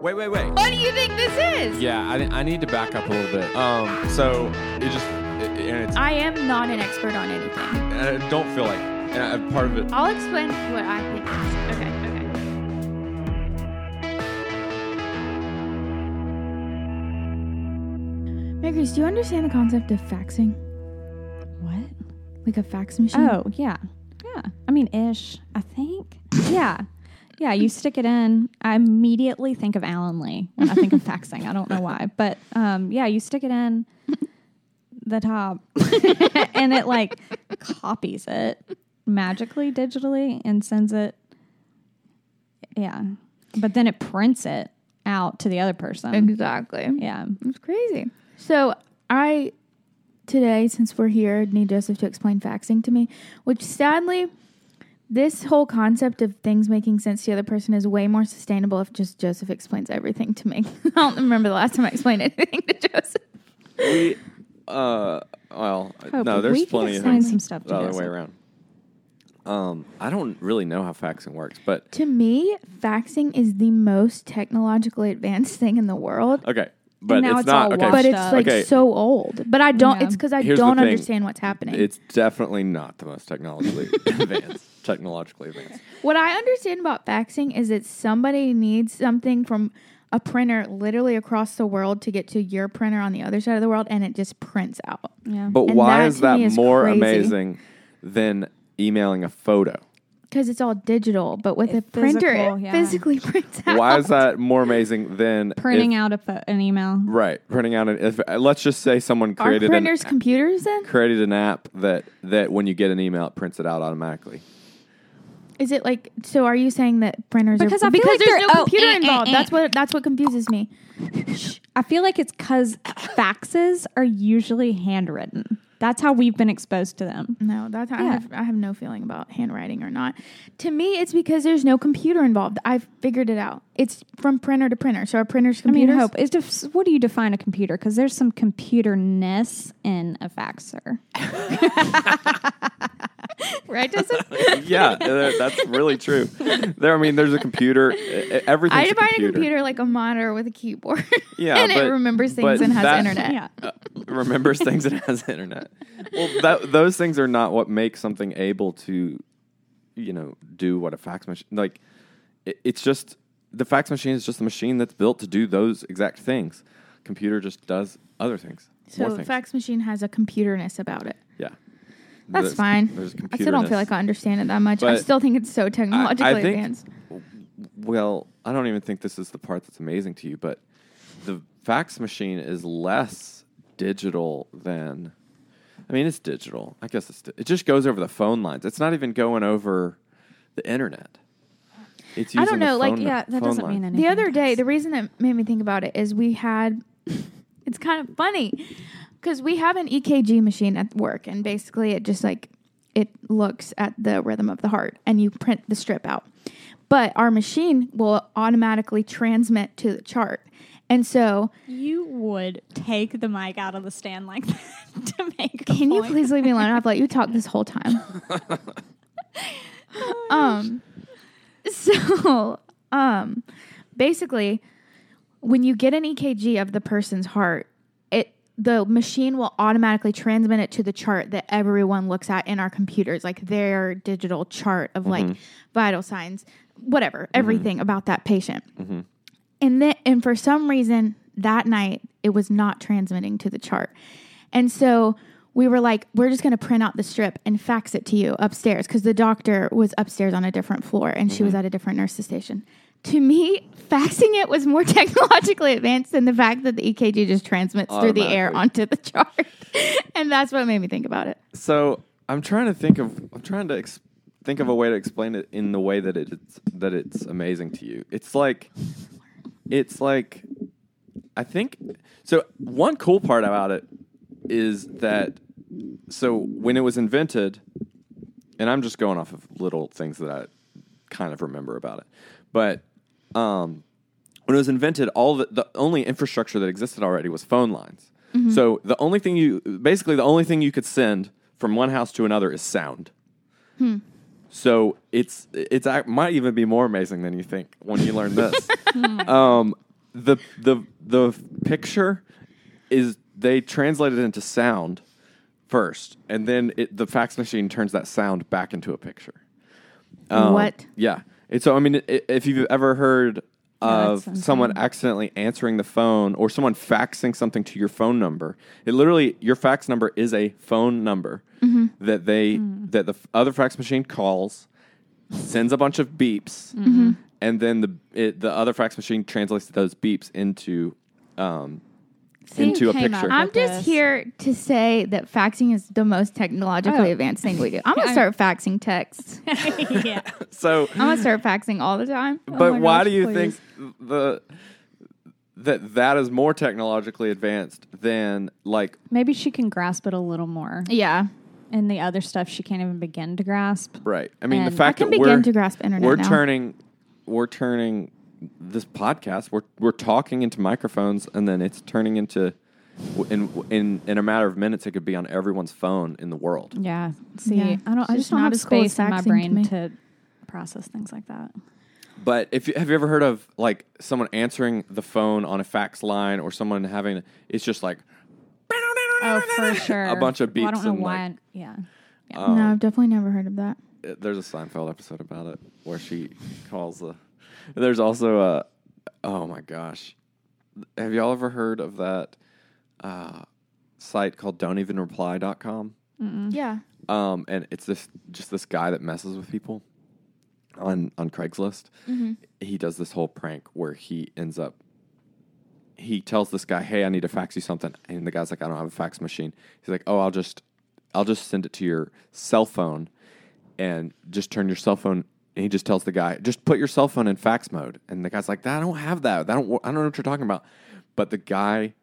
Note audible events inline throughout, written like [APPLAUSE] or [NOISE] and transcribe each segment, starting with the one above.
Wait, wait, wait. What do you think this is? Yeah, I, I need to back up a little bit. Um, so it just it, it- and it's I am not an expert on anything. and I don't feel like and I, part of it. I'll explain what I think. Is. Okay, okay. Maggie's, do you understand the concept of faxing? What? Like a fax machine? Oh, yeah. Yeah. I mean, ish, I think. Yeah. Yeah, you stick it in. I immediately think of Alan Lee when I think of faxing. I don't know why. But um, yeah, you stick it in the top [LAUGHS] and it like copies it magically, digitally, and sends it. Yeah. But then it prints it out to the other person. Exactly. Yeah. It's crazy. So I today, since we're here, need Joseph to explain faxing to me, which sadly, this whole concept of things making sense to the other person is way more sustainable if just Joseph explains everything to me. [LAUGHS] I don't remember the last time I explained anything to Joseph. We, uh, well, Hope no, there's Oh, we can plenty of assign things some stuff to the other way Joseph. around. Um, I don't really know how faxing works, but To me, faxing is the most technologically advanced thing in the world. okay, but now it's, it's not all okay. washed But it's up. like Okay. so old. But I don't. Yeah. It's because I Here's the don't thing. understand what's happening. It's definitely not the most [LAUGHS] technologically advanced. Technologically advanced. What I understand about faxing is that somebody needs something from a printer literally across the world to get to your printer on the other side of the world and it just prints out. Yeah. But And why that is to that me is more crazy. amazing than emailing a photo? Because it's all digital, but with a It- printer, physical, it yeah. physically [LAUGHS] prints out. Why [LAUGHS] is that more amazing than Printing if- out a pho- an email. Right, printing out an. If, uh, let's just say someone Are created an, printers computers then? created an app that that when you get an email, it prints it out automatically. Is it like so? Are you saying that printers Because I are feel because like there's they're- no oh, computer eh, eh, involved? eh. That's what that's what confuses me. I feel like it's because faxes are usually handwritten. That's how we've been exposed to them. No, that's I, Yeah. have, I have no feeling about handwriting or not. To me, it's because there's no computer involved. I've figured it out. It's from printer to printer. So our printers I mean, computers. hope is def- what do you define a computer? Because there's some computerness in a faxer. [LAUGHS] right? Joseph? [LAUGHS] yeah, th- that's really true. There, I mean, there's a computer. e- e- Everything's I define a a computer. computer like a monitor with a keyboard. [LAUGHS] Yeah, and but- it remembers but things and has that- internet. Yeah. Uh, remembers things and has internet. Well, that, those things are not what make something able to, you know, do what a fax machine like. It, it's just the fax machine is just a machine that's built to do those exact things. Computer just does other things. So more the things. fax machine has a computerness about it. yeah, There's- That's fine. There's I still don't feel computerness. like I understand it that much. I But still think it's so technologically think- advanced. Well, I don't even think this is the part that's amazing to you, but the fax machine is less digital than. I mean, it's digital. I guess it's di- it just goes over the phone lines. It's not even going over the internet. It's using I don't the know, like, phone- yeah, that phone doesn't line. mean anything. The other day, the reason that made me think about it is we had. [LAUGHS] It's kind of funny because we have an EKG machine at work, and basically it just like it looks at the rhythm of the heart, and you print the strip out. But our machine will automatically transmit to the chart, and so you would take the mic out of the stand like that [LAUGHS] to make. Can you [LAUGHS] please leave me alone? I've let you talk this whole time. um, so, um, basically, when you get an EKG of the person's heart, it the machine will automatically transmit it to the chart that everyone looks at in our computers, like their digital chart of like vital signs, whatever, everything about that patient. And then, and for some reason that night it was not transmitting to the chart. And so we were like, we're just going to print out the strip and fax it to you upstairs because the doctor was upstairs on a different floor and she Mm-hmm. was at a different nurse's station. To me, [LAUGHS] faxing it was more [LAUGHS] technologically advanced than the fact that the EKG just transmits through the air onto the chart. [LAUGHS] and that's what made me think about it. So I'm trying to think of I'm trying to ex- think of a way to explain it in the way that it- it's that it's amazing to you. It's like it's like I think so one cool part about it is that so when it was invented and I'm just going off of little things that I kind of remember about it. But um when it was invented, all the, the only infrastructure that existed already was phone lines. So the only thing you basically the only thing you could send from one house to another is sound. So it's it's ac- might even be more amazing than you think when you learn this. um, the the the picture is they translate it into sound first, and then it, the fax machine turns that sound back into a picture. Um, What? Yeah. And so I mean, i- if you've ever heard that of sounds someone accidentally answering the phone or someone faxing something to your phone number, it literally your fax number is a phone number Mm-hmm. that they that the f- other fax machine calls, sends a bunch of beeps, Mm-hmm. and then the it, the other fax machine translates those beeps into um, into a came up picture. with I'm just this. here to say that faxing is the most technologally Oh. advanced thing we do. [LAUGHS] I'm gonna start faxing texts. yeah. So I'm gonna start faxing all the time. but Oh my why gosh, do you please. think the that that is more technologically advanced than like Maybe she can grasp it a little more. Yeah, And the other stuff she can't even begin to grasp. right? I mean, And the fact I can that begin we're to grasp internet we're now. turning we're turning this podcast we're we're talking into microphones and then it's turning into in in in a matter of minutes it could be on everyone's phone in the world. Yeah. See, Yeah. I don't. I She's just don't not have as cool as space in my faxing to brain me. to process things like that. But if you, have you ever heard of like someone answering the phone on a fax line or someone having it's just like Oh, for sure. a bunch of beeps Well, I don't know and why. like I- yeah. um, no, I've definitely never heard of that. Uh, there's a Seinfeld episode about it where she calls the. There's also a. Oh my gosh, have y'all ever heard of that uh, site called Don'tEvenReply.com? Yeah, Um, and it's this just this guy that messes with people on on Craigslist. He does this whole prank where he ends up. He tells this guy, "Hey, I need to fax you something," and the guy's like, "I don't have a fax machine." He's like, "Oh, I'll just, I'll just send it to your cell phone, and just turn your cell phone." And he just tells the guy, "Just put your cell phone in fax mode." And the guy's like, "I don't have that. I don't. wo- I don't know what you're talking about." But the guy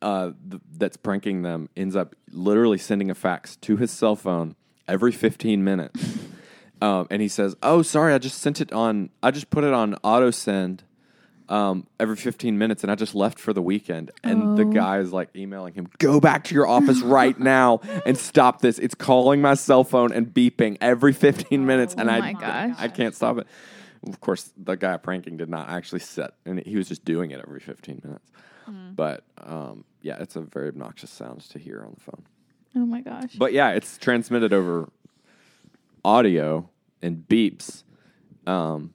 uh, th- that's pranking them ends up literally sending a fax to his cell phone every 15 minutes. um, and he says, Oh, sorry, I just sent it on, I just put it on auto send um, every 15 minutes and I just left for the weekend. And the guy is like emailing him, Go back to your office right now and stop this. It's calling my cell phone and beeping every 15 minutes. and Oh I, my gosh. I can't stop it. Of course, the guy pranking did not actually set, and he was just doing it every 15 minutes. Hmm. But um, yeah, it's a very obnoxious sound to hear on the phone. Oh my [LAUGHS] gosh. But yeah, it's transmitted over audio and beeps, um,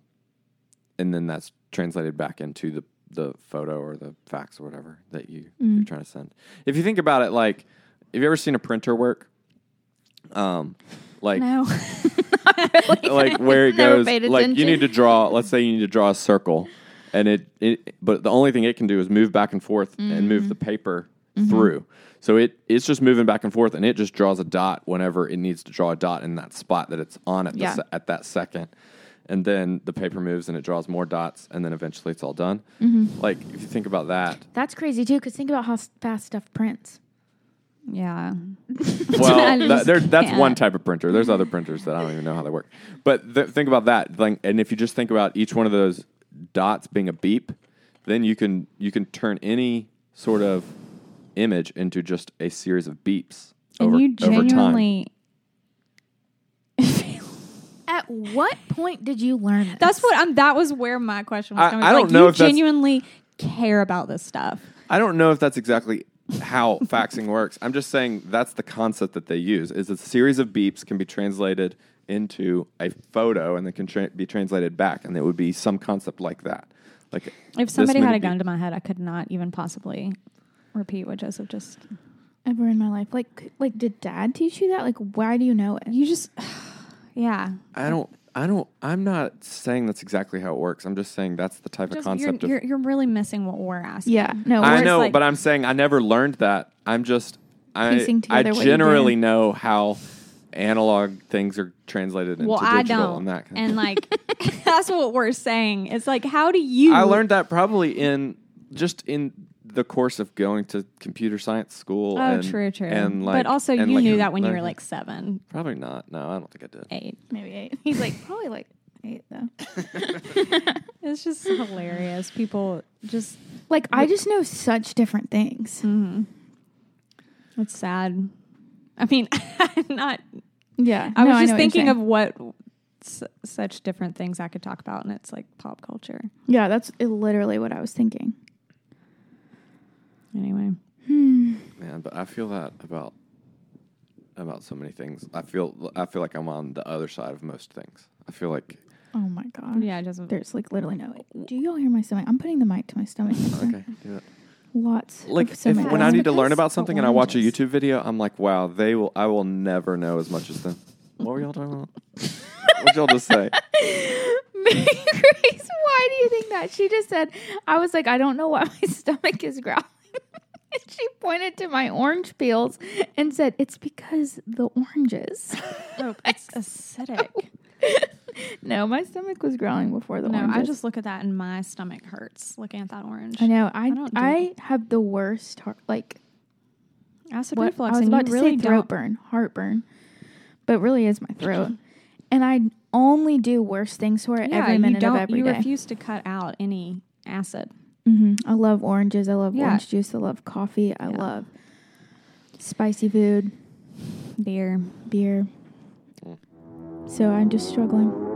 and then that's translated back into the the photo or the fax or whatever that you you're Mm. trying to send. If you think about it, like, have you ever seen a printer work? Um, like No. [LAUGHS] like where it Never goes. paid Like you attention. need to draw. Let's say you need to draw a circle, and it, it. But the only thing it can do is move back and forth and Mm-hmm. move the paper through. So it it's just moving back and forth, and it just draws a dot whenever it needs to draw a dot in that spot that it's on at the Yeah. se- at that second. And then the paper moves and it draws more dots, and then eventually it's all done. Mm-hmm. Like if you think about that, That's crazy too. Because think about how s- fast stuff prints. yeah. [LAUGHS] well, just that, there, that's can't. one type of printer. There's other printers that I don't even know how they work. But th- think about that. Like, and if you just think about each one of those dots being a beep, then you can you can turn any sort of image into just a series of beeps over, and you over time. genuinely. At what point did you learn this? That's what I'm. That was where my question was I- coming. I like, don't know You if that's- genuinely care about this stuff. I don't know if that's exactly how [LAUGHS] faxing works. I'm just saying that's the concept that they use. Is a series of beeps can be translated into a photo and then can tra- be translated back, and it would be some concept like that. Like If this somebody had many a gun beeps. to my head, I could not even possibly repeat what Joseph just. ever in my life. Like, like did Dad teach you that? Like, why do you know it? You just. Yeah. I don't. I don't. I'm not saying that's exactly how it works. I'm just saying that's the type Joseph, of concept you're, of. you're, you're really missing what we're asking. Yeah, no, I we're- know, like- but I'm saying I never learned that. I'm just. I Piecing I together what you generally did. know how analog things are translated into Well, I digital don't. and that kind and of. like, [LAUGHS] that's what we're saying. It's like, how do you? I learned that probably in just in the course of going to computer science school. Oh, and, true, true. And like, but also, you and like- knew that when you were learning- like seven, Probably not. No, I don't think I did. eight. Maybe eight. [LAUGHS] He's like probably like eight though. Eh. [LAUGHS] [LAUGHS] It's just hilarious. People just. Like I just know such different things. Mm. It's sad. Mm-hmm. I mean, [LAUGHS] I'm not. Yeah, I was just thinking of what s- such different things I could talk about, and it's like pop culture. Yeah, that's literally what I was thinking. Anyway, Man, but I feel that about about so many things. I feel I feel like I'm on the other side of most things. I feel [LAUGHS] like Oh my god. yeah, it doesn't. There's like literally no. Do you all hear my stomach? I'm putting the mic to my stomach. Oh, [LAUGHS] okay, do that. Lots. like of if, stomach when I need to learn because- about something and I watch a YouTube video, I'm like, wow, they will. I will never know as much as them. What were y'all talking about? [LAUGHS] what y'all just [LAUGHS] say? Mary Grace, why do you think that? She just said, I was like, I don't know why my [LAUGHS] stomach is growling. and she pointed to my orange peels and said, It's because the oranges. [LAUGHS] Oh, it's [LAUGHS] acidic. no, my stomach was growling before the No, oranges. I just look at that and my stomach hurts looking at that orange. I know. I I, don't do- have the worst heart like Acid what reflux. I was and about you to really say throat don't- burn, heartburn. But it really is my [LAUGHS] throat. and I only do worse things for it Yeah, every minute you don't. of every you day. refuse to cut out any acid. hmm I love oranges. I love Yeah. orange juice. I love coffee. I Yeah. love spicy food, Beer. beer. So I'm just struggling.